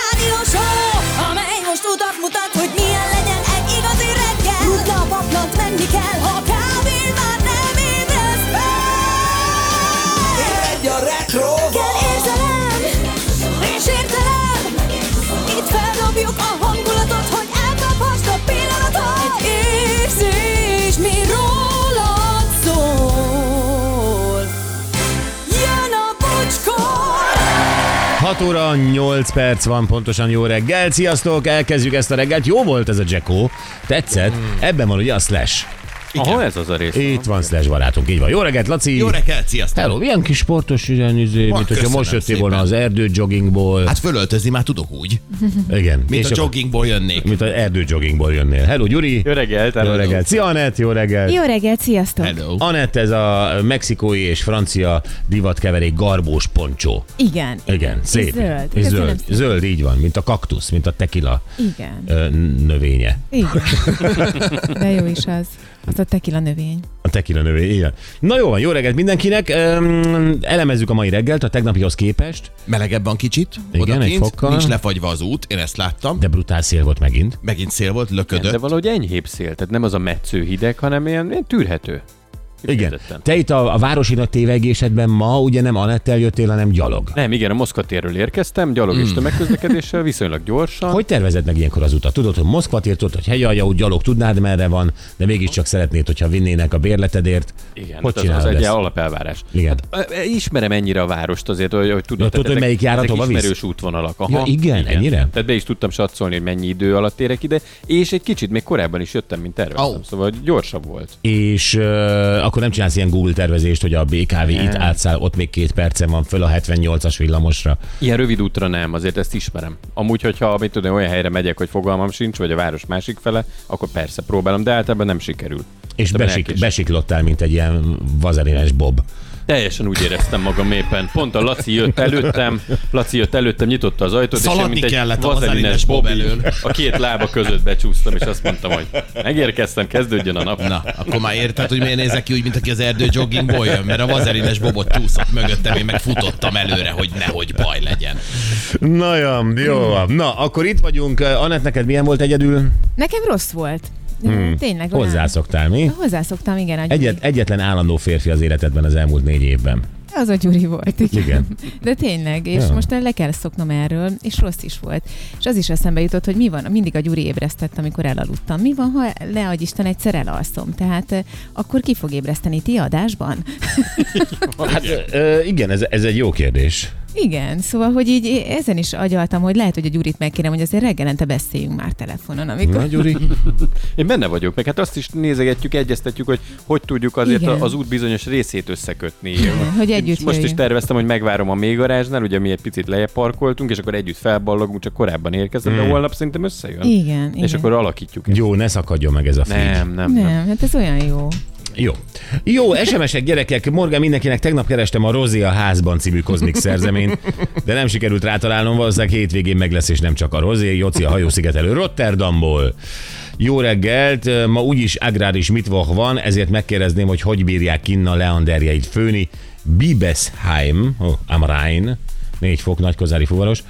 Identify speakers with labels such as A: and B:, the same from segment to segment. A: rádió show, amely most utat mutat, hogy milyen legyen egy igazi reggel. Rutna a paplant, menni kell, ha kávén már nem ébresz fel.
B: Egy a retro
A: Kell érzelem, és értelem, itt feldobjuk a hangulatot, hogy elkaphast a pillanatot. Egy érzés, mi rólad szól. Jön a bocskor!
C: 6 óra 8 perc van pontosan jó reggel. Sziasztok, elkezdjük ezt a reggelt. Jó volt ez a Jacko, tetszett.
B: Mm.
C: Ebben van ugye a Slash.
D: Ahol ez az a rész?
C: Itt van Slash barátunk, így van. Jó reggelt, Laci!
B: Jó reggelt, sziasztok!
C: Hello, ilyen kis sportos üzenizé, mint hogyha
B: köszönöm
C: most jöttél
B: szépen.
C: volna az erdő joggingból.
B: Hát fölöltözni már tudok úgy,
C: Igen. És
B: mint a
C: akkor-
B: joggingból jönnék.
C: Mint az erdő joggingból jönnél. Hello, Gyuri!
D: Jó reggelt,
C: Jó
D: hello.
C: reggelt. Szia, Anett, jó reggelt.
E: Jó reggelt, sziasztok!
C: Hát,
B: Hello.
C: Anett, ez a mexikói és francia divatkeverék garbós poncsó.
E: Igen.
C: Igen, szép.
E: zöld.
C: És
E: Köszönöm
C: zöld.
E: szépen.
C: zöld, így van, mint a kaktusz, mint a tekila
E: Igen.
C: ö, növénye.
E: Igen. De jó is az. Az a tekila növény.
C: A tekila növény, igen. Na jó van, jó reggelt mindenkinek. Öm, elemezzük a mai reggelt a tegnapihoz képest,
B: Melegebb van kicsit,
C: Igen, egy fokkal.
B: nincs lefagyva az út, én ezt láttam.
C: de brutál szél volt megint.
B: Megint szél volt,
D: De
B: löködött.
D: valahogy enyhébb szél, tehát nem az a metsző hideg, hanem ilyen, ilyen tűrhető.
C: Igen.
D: Kifejezetten.
C: Te itt a, a városi nagy tévegésedben ma ugye nem Anettel jöttél, hanem gyalog.
D: Nem, igen, a Moszkva térről érkeztem, gyalog és tömegközlekedéssel, viszonylag gyorsan.
C: Hmm. Hogy tervezed meg ilyenkor az utat? Tudod, hogy Moszkva tér, tudod, hogy hegyalja, úgy gyalog tudnád merre van, de mégiscsak szeretnéd, hogyha vinnének a bérletedért.
D: Igen,
C: hogy
D: hát az, az
C: csinálod
D: egy
C: ezt?
D: alapelvárás.
C: Igen.
D: Hát, ö, ö, ismerem ennyire a várost azért, hogy, hogy tudod,
C: Ja, tudod,
D: tehát
C: hogy melyik járat
D: ezek
C: hova visz?
D: ismerős útvonalak. Aha,
C: Ja, igen, ennyire?
D: Tehát be is tudtam satszolni, hogy mennyi idő alatt érek ide, és egy kicsit még korábban is jöttem, mint terveztem,
B: Au.
D: oh. szóval gyorsabb volt.
C: És uh, akkor nem csinálsz ilyen Google tervezést, hogy a BKV itt átszáll, ott még két percen van föl a 78-as villamosra.
D: Ilyen rövid útra nem, azért ezt ismerem. Amúgy, hogyha mit tudom, olyan helyre megyek, hogy fogalmam sincs, vagy a város másik fele, akkor persze próbálom, de általában nem sikerül.
C: És
D: Ebben
C: besik,
D: elkés-
C: besiklottál, mint egy ilyen vazelines bob.
D: Teljesen úgy éreztem magam éppen. Pont a Laci jött előttem, Laci jött előttem, nyitotta az ajtót,
B: Szaladni
D: és én, mint
B: kellett
D: egy
B: a vazelines
D: vazelines
B: bob
D: bobi
B: elől.
D: a két lába között becsúsztam, és azt mondtam, hogy megérkeztem, kezdődjön a nap.
B: Na, akkor már érted, hogy miért nézek ki úgy, mint aki az erdő joggingból jön, mert a vazelines bobot csúszott mögöttem, én meg futottam előre, hogy nehogy baj legyen.
C: Na jó, jó van. Na, akkor itt vagyunk. Anett, neked milyen volt egyedül?
E: Nekem rossz volt. Hmm. Tényleg. olyan-
C: Hozzászoktál, mi?
E: Hozzászoktam, igen. A Gyuri.
C: Egyet, egyetlen állandó férfi az életedben az elmúlt négy évben.
E: Az a Gyuri volt. Igen.
C: Igen.
E: De tényleg, és
C: Ja.
E: ja. most le kell szoknom erről, és rossz is volt. És az is eszembe jutott, hogy mi van, mindig a Gyuri ébresztett, amikor elaludtam. Mi van, ha leadj Isten, egyszer elalszom? Tehát eh, akkor ki fog ébreszteni ti adásban?
C: Hát, ö, igen, ez, ez egy jó kérdés.
E: Igen, szóval, hogy így ezen is agyaltam, hogy lehet, hogy a Gyurit megkérem, hogy azért reggelente beszéljünk már telefonon, amikor...
C: Na, Gyuri?
D: Én benne vagyok, meg hát azt is nézegetjük, egyeztetjük, hogy hogy tudjuk azért
E: Igen.
D: a- az út bizonyos részét összekötni.
E: hogy együtt
D: Most is
E: jöjjünk.
D: terveztem, hogy megvárom a mélygarázsnál, ugye mi egy picit lejjebb parkoltunk, és akkor együtt felballogunk, csak korábban érkeztem,
B: Hmm.
D: de holnap szerintem összejön.
E: Igen,
D: És
E: igen.
D: akkor alakítjuk. ezt.
C: Jó, ne szakadjon meg ez a fény.
D: Nem, nem, nem.
E: Nem, hát ez olyan jó.
C: Jó. Jó, SMS-ek, gyerekek, Morgan mindenkinek tegnap kerestem a Rozi a házban című kozmik szerzeményt, de nem sikerült rátalálnom, valószínűleg hétvégén meg lesz, és nem csak a Rozi, Joci a hajószigetelő Rotterdamból. Jó reggelt, ma úgyis agráris mitvoch van, ezért megkérdezném, hogy hogy bírják kinna a leanderjeit főni. Bibesheim, oh, am Rhein, négy fok, nagykozári fuvaros.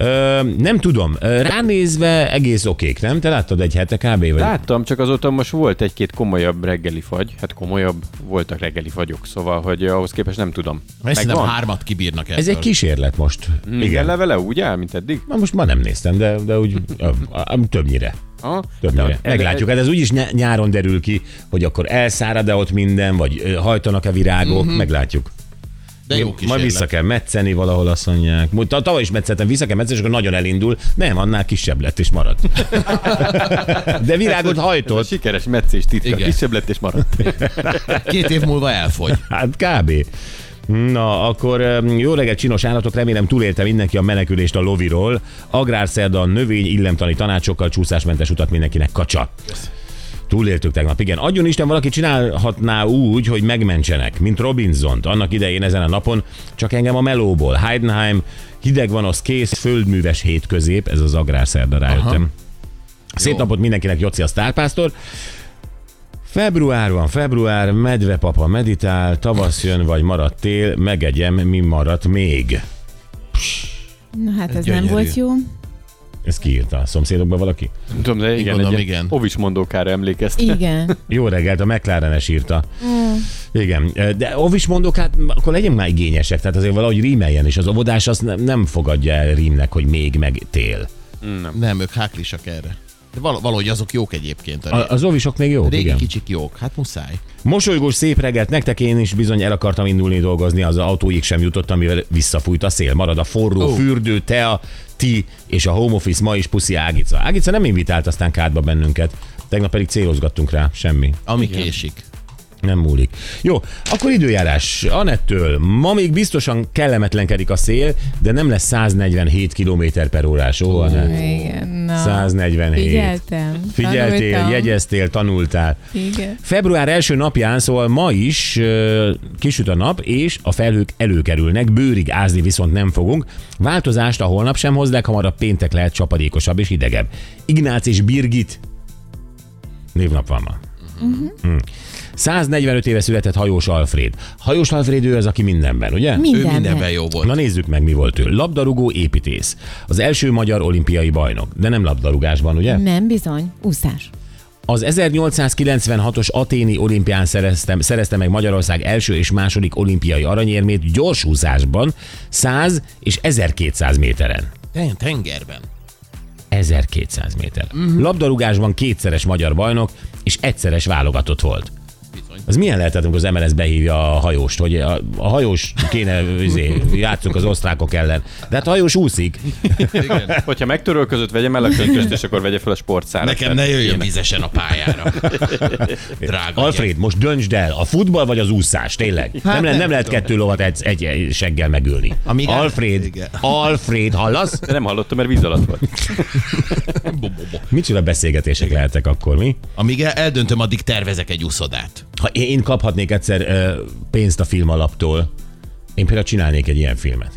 C: Ö, nem tudom, Ö, ránézve egész okék, nem? Te láttad egy hete kb. Vagy?
D: Láttam, csak azóta most volt egy-két komolyabb reggeli fagy. Hát komolyabb voltak reggeli fagyok, szóval, hogy ahhoz képest nem tudom.
B: Ezt nem
D: Megvan?
B: hármat kibírnak
C: Ez
B: ebből.
C: egy kísérlet most.
D: Minden levele úgy áll, mint eddig?
C: Na most már nem néztem, de, de úgy ö, ö, többnyire.
D: Ha?
C: Többnyire.
D: De-
C: Meglátjuk, hát ez úgyis ny- nyáron derül ki, hogy akkor elszárad-e ott minden, vagy ö, hajtanak-e virágok, mm-hmm. meglátjuk.
B: Mhm. De jó
C: Majd vissza
B: kísérlet.
C: kell metszeni valahol, azt mondják. Múlt- ta- Tavaly is metszettem, vissza kell metszeni, és akkor nagyon elindul. Nem, annál kisebb lett és maradt. De virágot
D: Ez a
C: hajtott.
D: sikeres meccés titka.
B: Igen.
D: Kisebb lett és maradt.
B: Két év múlva elfogy.
C: Hát kb. Na, akkor öm, jó reggelt, csinos állatok, remélem túlélte mindenki a menekülést a loviról. Agrárszerda a növény illemtani tanácsokkal csúszásmentes utat mindenkinek kacsa. Túléltük tegnap, igen. Adjon Isten, valaki csinálhatná úgy, hogy megmentsenek, mint Robinsont. Annak idején ezen a napon csak engem a melóból. Heidenheim, hideg van, az kész, földműves hétközép, ez az agrárszerda, rájöttem. Szép
B: Jó.
C: napot mindenkinek, Joci a sztárpásztor. Február van, február, medvepapa meditál, tavasz jön, vagy maradt tél, megegyem, mi maradt még.
E: Na hát ez,
B: Ez
E: nem
B: gyönyörű.
E: volt jó.
C: Ezt kiírta a szomszédokban valaki?
D: Nem tudom, de igen,
B: Gondolom,
D: egy
B: igen.
D: igen. ovis mondókára emlékeztem.
E: Igen.
C: Jó reggelt, a McLaren-es írta. Igen, eh, de ovis mondok, hát akkor legyünk már igényesek, tehát azért valahogy rímeljen, és az óvodás azt nem, nem fogadja el rímnek, hogy még meg tél.
B: Nem, ők háklisak erre. De val- valahogy azok jók egyébként. A,
C: A,
B: a
C: az ovisok még jók,
B: régi
C: igen.
B: kicsik jók, hát muszáj.
C: Mosolygós szép reggelt nektek, én is bizony el akartam indulni dolgozni, az autóig sem jutott, amivel visszafújt a szél. Marad a forró
B: Ó.
C: oh. fürdő, tea, ti és a home office ma is puszi Ágica. Ágica nem invitált aztán kádba bennünket, tegnap pedig célozgattunk rá, semmi.
B: Ami Igen. késik.
C: Nem múlik. Jó, akkor időjárás. Anettől. Ma még biztosan kellemetlenkedik a szél, de nem lesz 147 km per órás. Ó, Anett.
E: Igen. Na.
C: 147.
E: Figyeltem.
C: Figyeltél,
E: Tanultam.
C: jegyeztél, tanultál.
E: Igen.
C: Február első napján, szóval ma is ö, kisüt a nap, és a felhők előkerülnek, bőrig ázni viszont nem fogunk. Változást a holnap sem hozzák, hamarabb péntek lehet csapadékosabb és hidegebb. Ignác és Birgit névnap van ma. Hm. 145 éve született Hajós Alfred. Hajós Alfred ő az, aki mindenben, ugye?
B: Ő
E: Mindenben.
B: mindenben jó volt.
C: Na nézzük meg, mi volt ő. Labdarúgó építész. Az első magyar olimpiai bajnok, de nem labdarúgásban, ugye?
E: Nem bizony. Úszás.
C: Az 1896-os Aténi olimpián szereztem, szerezte meg Magyarország első és második olimpiai aranyérmét gyorsúzásban 100 és 1200 méteren.
B: Ten- Tengerben.
C: 1200 méter. Mm-hmm. Labdarúgásban kétszeres magyar bajnok és egyszeres válogatott volt.
B: Bizony.
C: Az milyen lehetett, amikor az MLS behívja a hajóst, hogy a, a hajós kéne, izé, játszunk az osztrákok ellen. De hát a hajós úszik.
B: Igen.
D: Hogyha megtörölközött, vegyem el a könyvköst, és akkor vegye fel a sportszárat.
B: Nekem ne jöjjön vizesen a pályára. Drága
C: Alfred, most döntsd el, a futball vagy az úszás, tényleg. Hát nem, le, nem,
B: nem
C: lehet
B: tudom.
C: kettő lovat egy, egy- egy seggel megülni.
B: Amíg el-
C: Alfred,
B: Igen.
C: Alfred, hallasz?
D: De nem hallottam, mert víz alatt volt.
B: gyerek. Bo- bo- bo.
C: Micsoda beszélgetések lehetek akkor, mi?
B: Amíg el- eldöntöm, addig tervezek egy úszodát.
C: Ha én, én kaphatnék egyszer ö, pénzt a film alaptól, én például csinálnék egy ilyen filmet.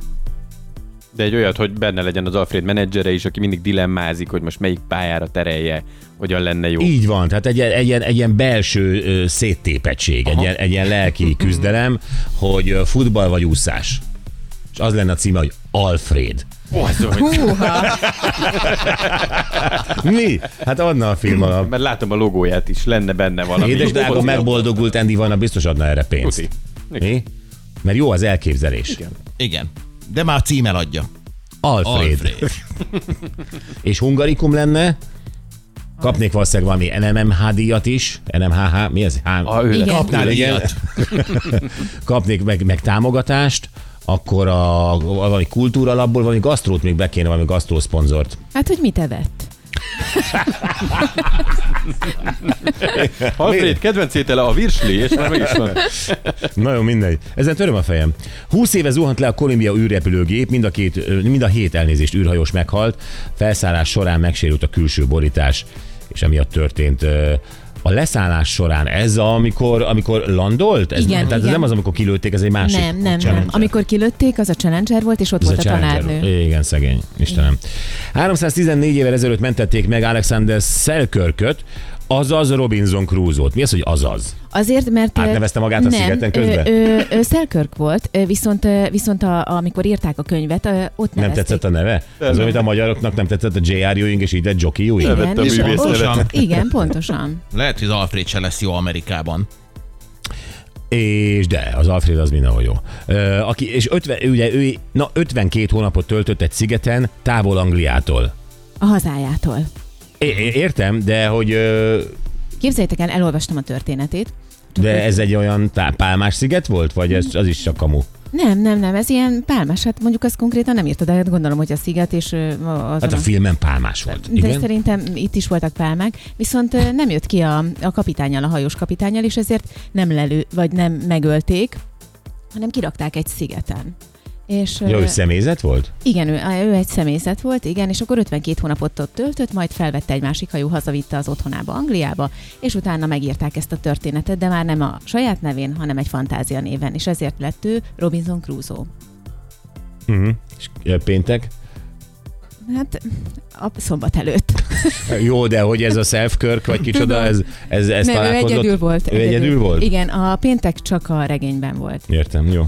D: De egy olyat, hogy benne legyen az Alfred menedzsere is, aki mindig dilemmázik, hogy most melyik pályára terelje, hogyan lenne jó.
C: Így van, tehát egy, ilyen- egy, ilyen, egy ilyen belső ö, széttépettség, egy ilyen, egy ilyen lelki küzdelem, hogy ö, futball vagy úszás. És az lenne a címe, hogy Alfred.
D: Bazzom, hogy-
E: Húha.
C: Mi? Hát adna a film alap.
D: Mert látom a logóját is, lenne benne valami.
C: Édes drága,
D: Foci-
C: megboldogult Andy Vajna biztos adna erre pénzt.
D: Puci.
C: Mi? Mert jó az elképzelés.
B: Igen. De már a cím eladja.
C: Alfred.
B: Alfred.
C: És hungarikum lenne, kapnék valószínűleg valami NMMH díjat is, NMHH, mi ez? H-
D: Ah, ő
E: Igen.
D: lesz.
B: Kapnál
C: Igen.
B: ilyet.
C: kapnék meg, meg támogatást, akkor a, valami kultúralapból, valami gasztrót még be kéne, valami gasztrószponzort.
E: Hát, hogy mit evett?
D: Alfred, kedvenc étele a virsli, és már meg is van.
C: Nagyon mindegy. Ezen töröm a fejem. 20 éve zuhant le a Kolumbia űrrepülőgép, mind a, két, ö, mind a hét elnézést űrhajós meghalt, felszállás során megsérült a külső borítás, és emiatt történt ö, a leszállás során ez, a, amikor, amikor landolt? Ez,
E: Igen,
C: tehát ez
E: igen.
C: nem az, amikor kilőtték, ez egy másik
E: Nem, nem, nem.
C: Challenger.
E: Amikor kilőtték, az a Challenger volt, és ott
C: Ez
E: volt a
C: Challenger.
E: tanárnő.
C: Igen, szegény. Istenem. 314 évvel ezelőtt mentették meg Alexander Selkirköt, azaz Robinson Crusoe-t. Mi az, hogy azaz?
E: Azért, mert... ö,
C: Átnevezte magát a
E: nem,
C: szigeten közben?
E: Ö, ö, ö, Selkirk volt, ö, viszont, ö, viszont a, amikor írták a könyvet, ö, ott
C: Nem tetszett a neve? Az, amit a magyaroknak nem tetszett, a J.R. Ewing és így lett Jockey Ewing.
E: igen,
D: a
E: és
D: művész
E: ott-
B: nevet.
E: igen, pontosan.
B: Lehet, hogy az Alfred se lesz jó Amerikában.
C: És de, az Alfred az mindenhol jó. Ö, aki, és 50, ugye ő na, 52 hónapot töltött egy szigeten, távol Angliától.
E: A hazájától.
C: É, é- értem, de hogy ö,
E: Képzeljétek el, elolvastam a történetét.
C: de ez egy olyan tá, pálmás sziget volt, vagy ez, az is csak kamu?
E: Nem, nem, nem, ez ilyen pálmás, hát mondjuk azt konkrétan nem írta, de hát gondolom, hogy a sziget és ö, a- azon
C: Hát a
E: a-
C: filmen pálmás volt.
E: De
C: Igen?
E: szerintem itt is voltak pálmák, viszont ö, nem jött ki a, a kapitányal, a hajós kapitányal, és ezért nem lelő, vagy nem megölték, hanem kirakták egy szigeten. És, ö,
C: Jó, hogy személyzet volt?
E: igen, ő, ő egy személyzet volt, igen, és akkor 52 hónapot ott töltött, majd felvette egy másik hajó, hazavitte az otthonába, Angliába, és utána megírták ezt a történetet, de már nem a saját nevén, hanem egy fantázia néven, és ezért
C: Mhm.
E: lett ő Robinson Crusoe.
C: És ö, péntek?
E: Hát a szombat előtt.
C: Jó, de hogy ez a self-körk, vagy kicsoda, ez, ez, ez
E: Nem, ő
C: találkozott?
E: egyedül volt.
C: Ő egyedül, volt?
E: Igen, a péntek csak a regényben volt.
C: Értem, jó.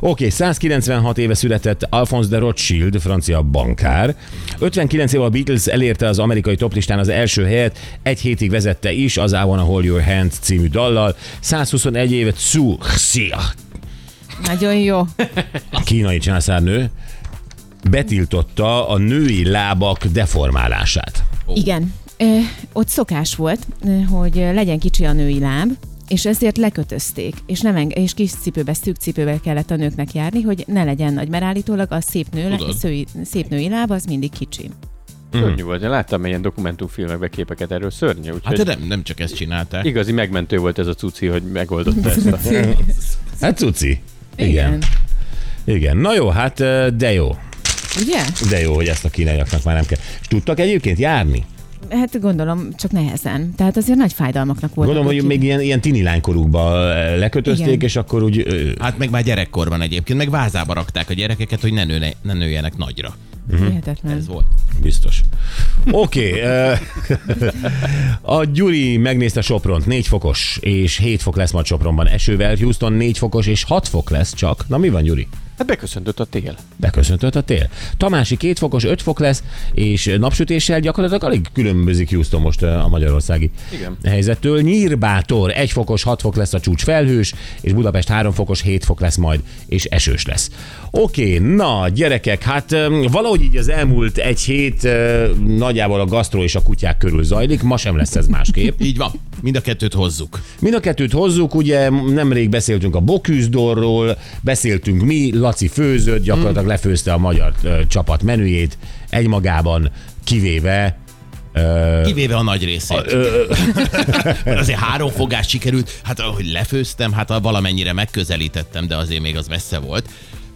C: Oké, 196 éve született Alphonse de Rothschild, francia bankár. 59 éve a Beatles elérte az amerikai toplistán az első helyet, egy hétig vezette is az I Wanna Hold Your Hand című dallal. 121 éve Xu Xia,
E: Nagyon jó.
C: a kínai császárnő, betiltotta a női lábak deformálását.
E: Igen. Ö, ott szokás volt, ö, hogy ö, legyen kicsi a női láb, és ezért lekötözték, és, nem enge- és kis cipőbe, szűk cipőbe kellett a nőknek járni, hogy ne legyen nagy, mert állítólag a szép, nő,
B: Tudod.
E: szői, szép női láb az mindig kicsi.
D: Szörnyű volt. Én láttam ilyen dokumentumfilmekben képeket erről. Szörnyű. Úgyhogy
B: Hát de nem, nem csak ezt csinálták.
D: Igazi megmentő volt ez a cuci, hogy megoldotta ezt a...
C: Hát cuci. Igen. Igen. Na jó, hát ö, de jó.
E: Ugye?
C: De jó, hogy ezt a kínaiaknak már nem kell. És tudtak egyébként járni?
E: Hát gondolom, csak nehezen. Tehát azért nagy fájdalmaknak volt.
C: Gondolom, hogy még ilyen, ilyen tini lánykorukba ö, lekötözték, Igen.
E: Igen.
C: és akkor úgy... ö,
B: Hát meg már gyerekkorban egyébként, meg vázába rakták a gyerekeket, hogy ne, nőne, ne nőjenek nagyra.
C: Mhm.
E: Hihetetlen.
B: Ez volt.
C: Biztos. Oké. ö, a Gyuri megnézte Sopront, 4 fokos, és 7 fok lesz majd Sopronban esővel, Houston 4 fokos, és 6 fok lesz csak. Na mi van, Gyuri?
D: Hát beköszöntött a tél.
C: Beköszöntött a tél. Tamási 2 fokos, 5 fok lesz, és napsütéssel gyakorlatilag alig különbözik Houston most ö, a magyarországi
D: Igen.
C: helyzettől. Nyírbátor 1 fokos, 6 fok lesz a csúcs felhős, és Budapest 3 fokos, 7 fok lesz majd, és esős lesz. Oké, na gyerekek, hát öm, valahogy így az elmúlt egy hét ö, nagyjából a gasztró és a kutyák körül zajlik, ma sem lesz ez másképp.
B: Így van. Mind a kettőt hozzuk.
C: Mind a kettőt hozzuk, ugye nemrég beszéltünk a Boküzdorról, beszéltünk mi, Laci főzött, gyakorlatilag lefőzte a magyar ö, csapat menüjét egymagában, kivéve
B: Kivéve a nagy részét. Mert azért három fogás sikerült, hát ahogy lefőztem, hát valamennyire megközelítettem, de azért még az messze volt.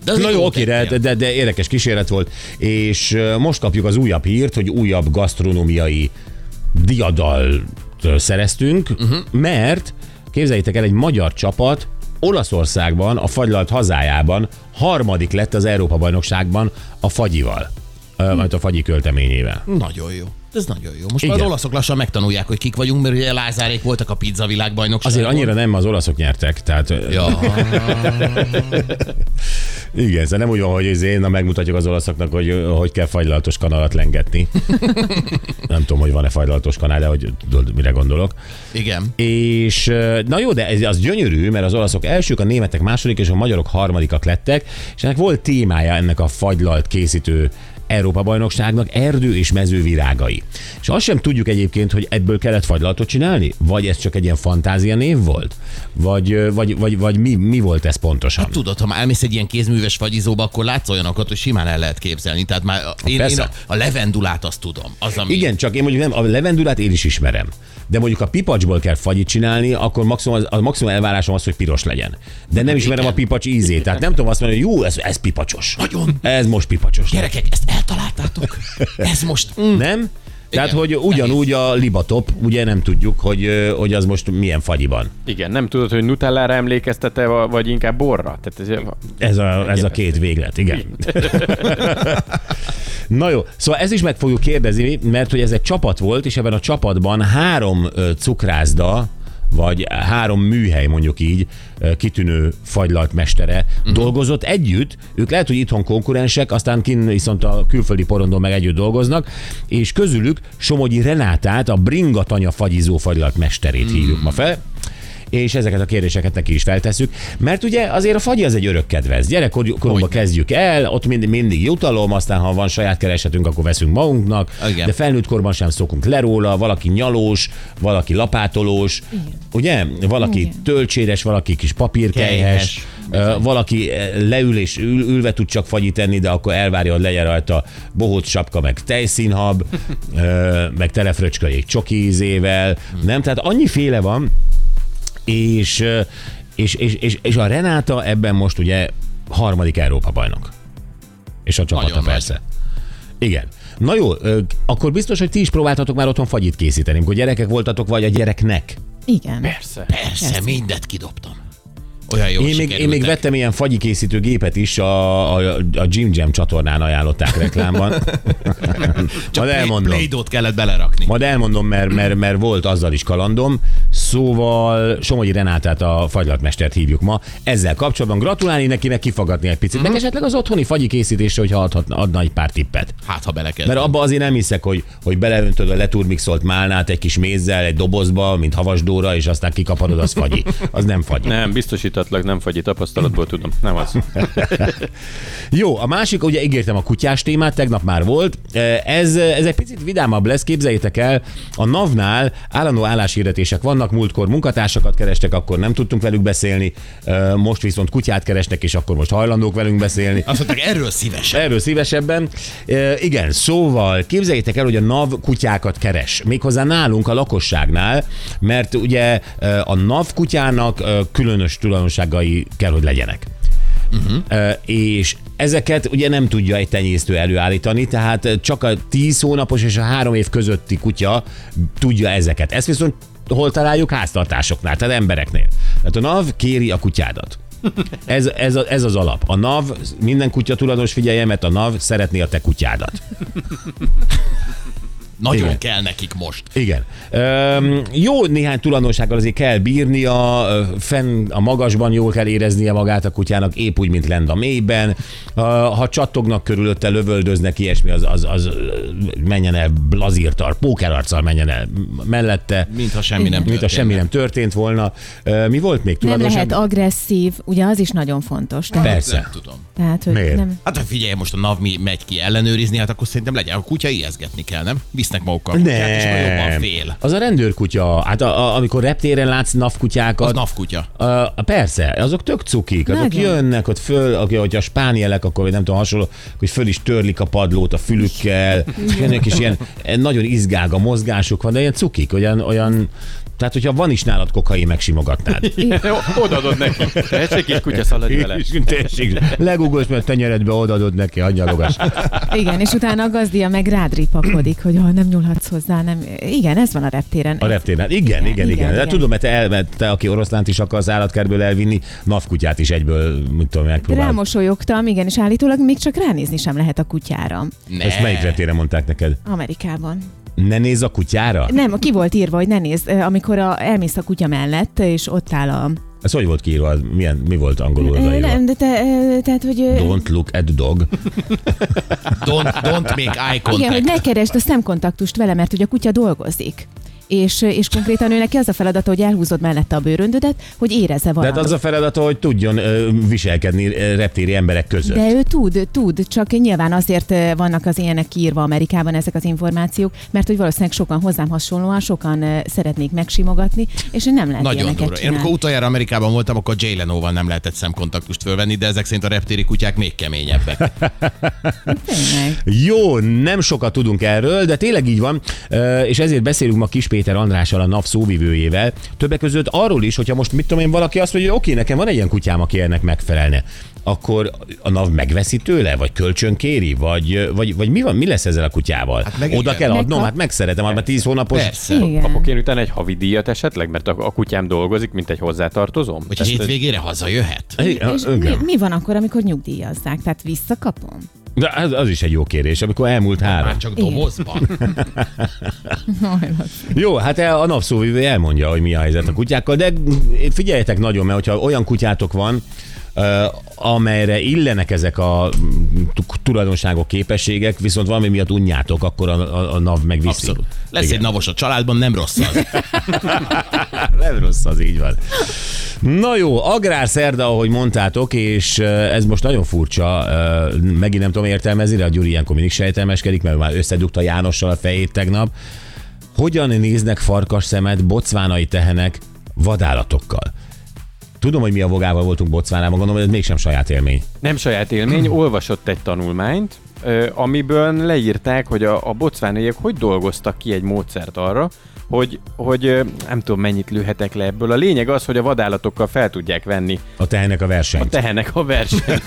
B: De azért
C: Na jó, oké, de,
B: tettél.
C: de, de érdekes kísérlet volt, és ö, most kapjuk az újabb hírt, hogy újabb gasztronómiai diadal szereztünk, uh-huh. mert képzeljétek el, egy magyar csapat Olaszországban, a fagylalt hazájában harmadik lett az Európa-bajnokságban a fagyival, hmm. majd a fagyi költeményével.
B: Nagyon jó. Ez nagyon jó. Most
C: Igen.
B: Igen. az olaszok lassan megtanulják, hogy kik vagyunk, mert ugye Lázárék voltak a pizza világbajnokságban.
C: Azért annyira nem az olaszok nyertek, tehát ö,
B: Ja,
C: igen, szóval nem úgy van, hogy izé, na megmutatjuk az olaszoknak, hogy ö, hogy kell fagylaltos kanalat lengetni. nem tudom, hogy van-e fagylaltos kanál, de hogy tudod, mire gondolok.
B: igen.
C: És ö, na jó, de ez az gyönyörű, mert az olaszok elsők, a németek második, és a magyarok harmadikak lettek, és ennek volt témája ennek a fagylalt készítő Európa-bajnokságnak erdő és mezővirágai. És azt sem tudjuk egyébként, hogy ebből kellett fagylaltot csinálni, vagy ez csak egy ilyen fantázia név volt, vagy, ö, vagy, vagy, vagy mi, mi volt ez pontosan?
B: Hát Tudod, ha már elmész egy ilyen kézműves fagyizóba, akkor látsz olyanokat, hogy simán el lehet képzelni. Tehát már a- én, én
C: Hát Persze.
B: a, a levendulát azt tudom. Az, ami
C: Igen, csak én mondjuk nem, a levendulát én is ismerem. De mondjuk a pipacsból kell fagyit csinálni, akkor maximum, az, a maximum elvárásom az, hogy piros legyen. De
B: Hát
C: nem ismerem a pipacs ízét. Tehát nem tudom azt mondani, hogy jó, ez, ez pipacsos.
B: Nagyon.
C: Ez most pipacsos.
B: Gyerekek, ezt eltaláltátok? Ez most... Mm.
C: Nem? Tehát,
B: Igen,
C: hogy ugyanúgy a libatop, ugye nem tudjuk, hogy, ö, hogy az most milyen fagyiban.
D: Igen, nem tudod, hogy nutellára emlékeztete, va- vagy inkább borra? Tehát ez,
C: Ez a, ez a két véglet, igen. Na jó, szóval ez is meg fogjuk kérdezni, mert hogy ez egy csapat volt, és ebben a csapatban három ö, cukrászda, vagy három műhely mondjuk így, ö, kitűnő fagylalt mestere uh-huh. dolgozott együtt. Ők lehet, hogy itthon konkurensek, aztán kin viszont a külföldi porondon meg együtt dolgoznak, és közülük Somogyi Renátát, a bringatanya fagyizó fagylalt mesterét hívjuk ma fel és ezeket a kérdéseket neki is feltesszük, mert ugye azért a fagyi az egy örök kedvez. Gyerekkorunkban kezdjük el, ott mind, mindig jutalom, aztán ha van saját keresetünk, akkor veszünk magunknak,
B: Igen.
C: de felnőtt korban sem szokunk le róla, valaki nyalós, valaki lapátolós, Igen. ugye? Valaki Igen.
E: Igen.
C: tölcséres, valaki kis papírkelyhes,
B: Kelyhes.
C: ö, valaki ö, leül és ül, ülve tud csak fagyit enni, de akkor elvárja, hogy legyen rajta bohóc sapka, meg tejszínhab, ö, meg telefröcska jég csoki ízével, nem? Tehát annyi féle van, és, ö, és, és, és, és a Renáta ebben most ugye harmadik Európa bajnok. És a csapata
B: Nagyon
C: Nagyon
B: nagy.
C: persze. Igen. Na jó, ö, akkor biztos, hogy ti is próbáltatok már otthon fagyit készíteni, amikor gyerekek voltatok, vagy a gyereknek.
E: Igen.
D: Persze.
B: Persze,
E: Persze.
B: mindet kidobtam. Olyan jó
C: Én még, én még vettem ilyen fagyikészítő gépet is, a, a, a Jim Jam csatornán ajánlották reklámban. Csak
B: Csak
C: Majd elmondom.
B: Play-Doh-t kellett belerakni.
C: Majd elmondom, mert, mert, mert volt azzal is kalandom. Szóval Somogyi Renátát, a fagylatmestert hívjuk ma. Ezzel kapcsolatban gratulálni neki, meg kifagadni egy picit. Meg esetleg az otthoni fagyi készítésre, hogyha adhatna, adna egy pár tippet.
B: Hát, ha belekezd.
C: Mert abba azért nem hiszek, hogy, hogy beleöntöd a leturmixolt málnát egy kis mézzel, egy dobozba, mint havasdóra, és aztán kikaparod, az fagyi. Az nem fagyi.
D: Nem, biztosítatlak, nem fagyi tapasztalatból tudom. Nem az.
C: Jó, a másik, ugye ígértem a kutyás témát, tegnap már volt. E, Ez, ez egy picit vidámabb lesz, képzeljétek el, a NAV-nál állandó álláshirdetések vannak, múltkor munkatársakat kerestek, akkor nem tudtunk velük beszélni, e, most viszont kutyát keresnek, és akkor most hajlandók velünk beszélni.
B: Azt mondták, erről szívesen.
C: Erről szívesebben. E, igen, szóval képzeljétek el, hogy a NAV kutyákat keres. Méghozzá nálunk a lakosságnál, mert ugye e, a NAV kutyának e, különös tulajdonságai kell, hogy legyenek. E, és ezeket ugye nem tudja egy tenyésztő előállítani, tehát csak a 10 hónapos és a 3 év közötti kutya tudja ezeket. Ezt viszont hol találjuk? Háztartásoknál, tehát embereknél. Tehát a NAV kéri a kutyádat. Ez, ez, a- ez az alap. A NAV, minden kutya tulajdonos figyelje, mert a NAV szeretné a te kutyádat.
B: Nagyon
C: Igen.
B: kell nekik most.
C: Igen. Öm, jó néhány tulajdonsággal azért kell bírnia, ö, fenn a magasban jól kell éreznie magát a kutyának, épp úgy, mint lend a mélyben. Ö, Ha csattognak körülötte, lövöldöznek, ilyesmi, az, az, az ö, menjen el blazírtal, pókerarccal menjen el mellette.
B: Mintha semmi nem
C: Mint a
B: történne.
C: semmi nem történt volna. Ö, Mi volt még?
E: Nem
C: Tulajdonság-
E: lehet agresszív, ugye az is nagyon fontos. Tehát,
C: Persze.
B: Nem tudom.
E: tehát hogy
C: Miért?
E: nem.
B: Hát ha figyelj, most a NAV mi megy ki ellenőrizni, hát akkor szerintem legyen, a kutya ijeszgetni kell, nem? Visznek magukkal a kutyát, és akkor jobban fél.
C: Az a rendőrkutya. Hát a, a, amikor reptéren látsz
B: Az
C: navkutyákat,
B: NAV kutya.
C: Uh, persze, azok tök cukik, azok
E: Nagyon.
C: jönnek ott föl, aki, hogyha spánielek, akkor vagy nem tudom, hasonló, hogy föl is törlik a padlót a fülükkel, és jönnek is ilyen eh, nagyon izgága mozgásuk van, de ilyen cukik, olyan, olyan tehát, hogyha van is nálad kokain, megsimogatnád.
D: Odaadod neki. Egy kis kutya szaladj vele.
C: És tessék, legugolsz, mert a tenyeredbe odaadod neki, hagyjalogass.
E: Igen, és utána a gazdia meg rád ripakodik, hogy ha nem nyúlhatsz hozzá, nem. Igen, ez van a reptéren.
C: A reptéren. Igen, igen, igen. igen.
E: igen.
C: De tudom, mert te, el, mert te, aki oroszlánt is akarsz állatkertből elvinni, navkutyát is egyből, mit tudom, megpróbálod.
E: Rámosolyogtam, igen, és állítólag még csak ránézni sem lehet a kutyára
B: Ne.
C: Ezt melyik reptére mondták neked?
E: Amerikában.
C: Ne nézz a kutyára?
E: Nem, ki volt írva, hogy ne nézd, ö, amikor a, elmész a kutya mellett, és ott áll a...
C: Ez hogy volt kiírva? Milyen, mi volt angolul
E: Ö,
C: odaírva?
E: Nem, de te, ö, tehát, hogy... eh, ö,
C: Don't look at dog.
B: Don't, don't make eye contact.
E: Igen, hogy ne keresd a szemkontaktust vele, mert ugye a kutya dolgozik. És, eh, és konkrétan ő neki az a feladata, hogy elhúzod mellette a bőröndödet, hogy érezze
C: Tehát
E: valamit.
C: hát az a feladata, hogy tudjon ö, viselkedni ö, reptéri emberek között.
E: De ő tud, tud, csak nyilván azért ö, vannak az ilyenek kiírva Amerikában ezek az információk, mert hogy valószínűleg sokan hozzám hasonlóan, sokan ö, szeretnék megsimogatni, és nem lehet
B: Nagyon
E: ilyeneket
B: durva. Én amikor
E: csinálni.
B: utoljára Amerikában voltam, akkor Jay Lenoval nem lehetett szemkontaktust fölvenni, de ezek szerint a reptéri kutyák még keményebbek.
E: Tényleg.
C: Jó, nem sokat tudunk erről, de tényleg így van, ö, és ezért beszélünk ma Kis Péter Andrással, a NAV szóvivőjével. Többek között arról is, hogyha most mit tudom én, valaki azt mondja, hogy oké, nekem van egy ilyen kutyám, aki ennek megfelelne, akkor a NAV megveszi tőle, vagy kölcsön kéri, vagy, vagy, vagy mi van, mi lesz ezzel a kutyával? Hát
B: meg
C: Oda
B: igen.
C: kell adnom,
E: Megkap-
C: hát megszeretem, hát már 10 hónapos.
B: Persze.
E: Igen.
D: Kapok én utána egy havi díjat esetleg, mert a, a kutyám dolgozik, mint egy hozzátartozom?
B: Hogy
D: Ezt-
B: hétvégére hazajöhet.
C: Igen,
E: És mi,
C: igen.
E: mi van akkor, amikor nyugdíjazzák? Tehát visszakapom?
C: De az, az is egy jó kérés, amikor elmúlt három.
B: Már csak
E: Igen.
B: dobozban.
C: Jó, hát el- a napszóvivő elmondja, hogy mi a helyzet a kutyákkal, de figyeljetek nagyon, mert hogyha olyan kutyátok van, ö, amelyre illenek ezek a mm, tu- tulajdonságok, képességek, viszont valami miatt unjátok, akkor a, a, a NAV megviszi.
B: Abszolút. Lesz egy navos a családban, nem rossz az.
C: Nem rossz az, így van. Na jó, agrárszerda, ahogy mondtátok, és ö, ez most nagyon furcsa, ö, megint nem tudom értelmezni, de a Gyuri ilyenkor mindig sejtelmeskedik, mert már összedugta Jánossal a fejét tegnap. Hogyan néznek farkas szemet bocvánai tehenek vadállatokkal? Tudom, hogy mi a vogával voltunk Bocvánában, gondolom, hogy ez mégsem saját élmény.
D: Nem saját élmény, olvasott egy tanulmányt, ö, amiből leírták, hogy a, a bocvániak hogy dolgoztak ki egy módszert arra, hogy, hogy ö, nem tudom mennyit lőhetek le ebből. A lényeg az, hogy a vadállatokkal fel tudják venni
C: A tehenek a
D: a
C: versenyt.
D: tehenek a versenyt.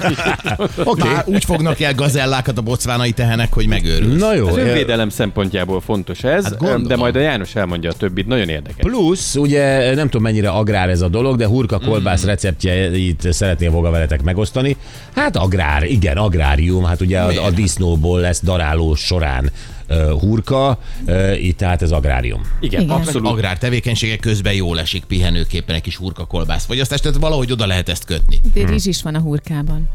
B: Okay. Már úgy fognak el gazellákat a bocvánai tehenek, hogy megőrülsz.
C: Na jó.
D: Az
C: ö,
D: önvédelem szempontjából fontos ez,
B: Hát gondolom.
D: de majd a János elmondja a többit, nagyon érdekes.
C: Plusz, ugye nem tudom mennyire agrár ez a dolog, de hurka kolbász mm. receptjeit szeretném volna veletek megosztani. Hát agrár, igen, agrárium, hát ugye a, a disznóból lesz daráló során uh, hurka, uh, itt hát ez agrárium.
D: Igen,
E: Igen.
D: Igen.
B: Abszolút.
D: abszolút.
B: Agrár tevékenységek közben jól esik pihenőképpen egy kis hurkakolbász fogyasztás, tehát valahogy oda lehet ezt kötni.
E: De rizs is van a hurkában.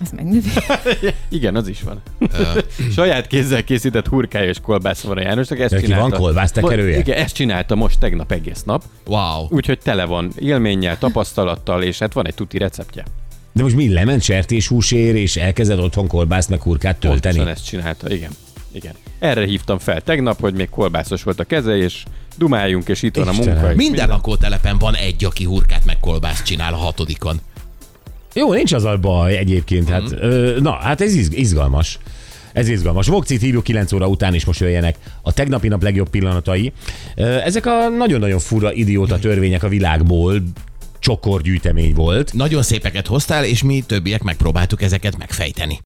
E: Úgyhogy Az megnöveli.
D: Igen, az is van. Saját kézzel készített hurkája és kolbász van a Jánosnak, ezt
C: Ja, ki van
D: csinálta.
C: kolbász tekerője?
D: Igen, ezt csinálta most tegnap egész nap,
B: Wow.
D: úgyhogy tele van élménnyel, tapasztalattal, és hát van egy tuti receptje.
C: De most mi lement sertéshúsér, és elkezded otthon kolbászt meg hurkát tölteni?
D: Pontosan ezt csinálta, igen. Igen. Erre hívtam fel tegnap, hogy még kolbászos volt a keze, és dumáljunk, és itt van a
C: Istenem.
D: munka. és
B: Minden lakótelepen van egy, aki hurkát meg kolbászt csinál a hatodikon.
C: Jó, nincs az a baj egyébként. Hát, ö, na, hát ez izg- izgalmas. Ez izgalmas. Vokcit hívjuk 9 óra után, és most jöjjenek a tegnapi nap legjobb pillanatai. Ö, ezek a nagyon-nagyon fura idióta törvények a világból csokorgyűjtemény volt.
B: Nagyon szépeket hoztál, és mi többiek megpróbáltuk ezeket megfejteni.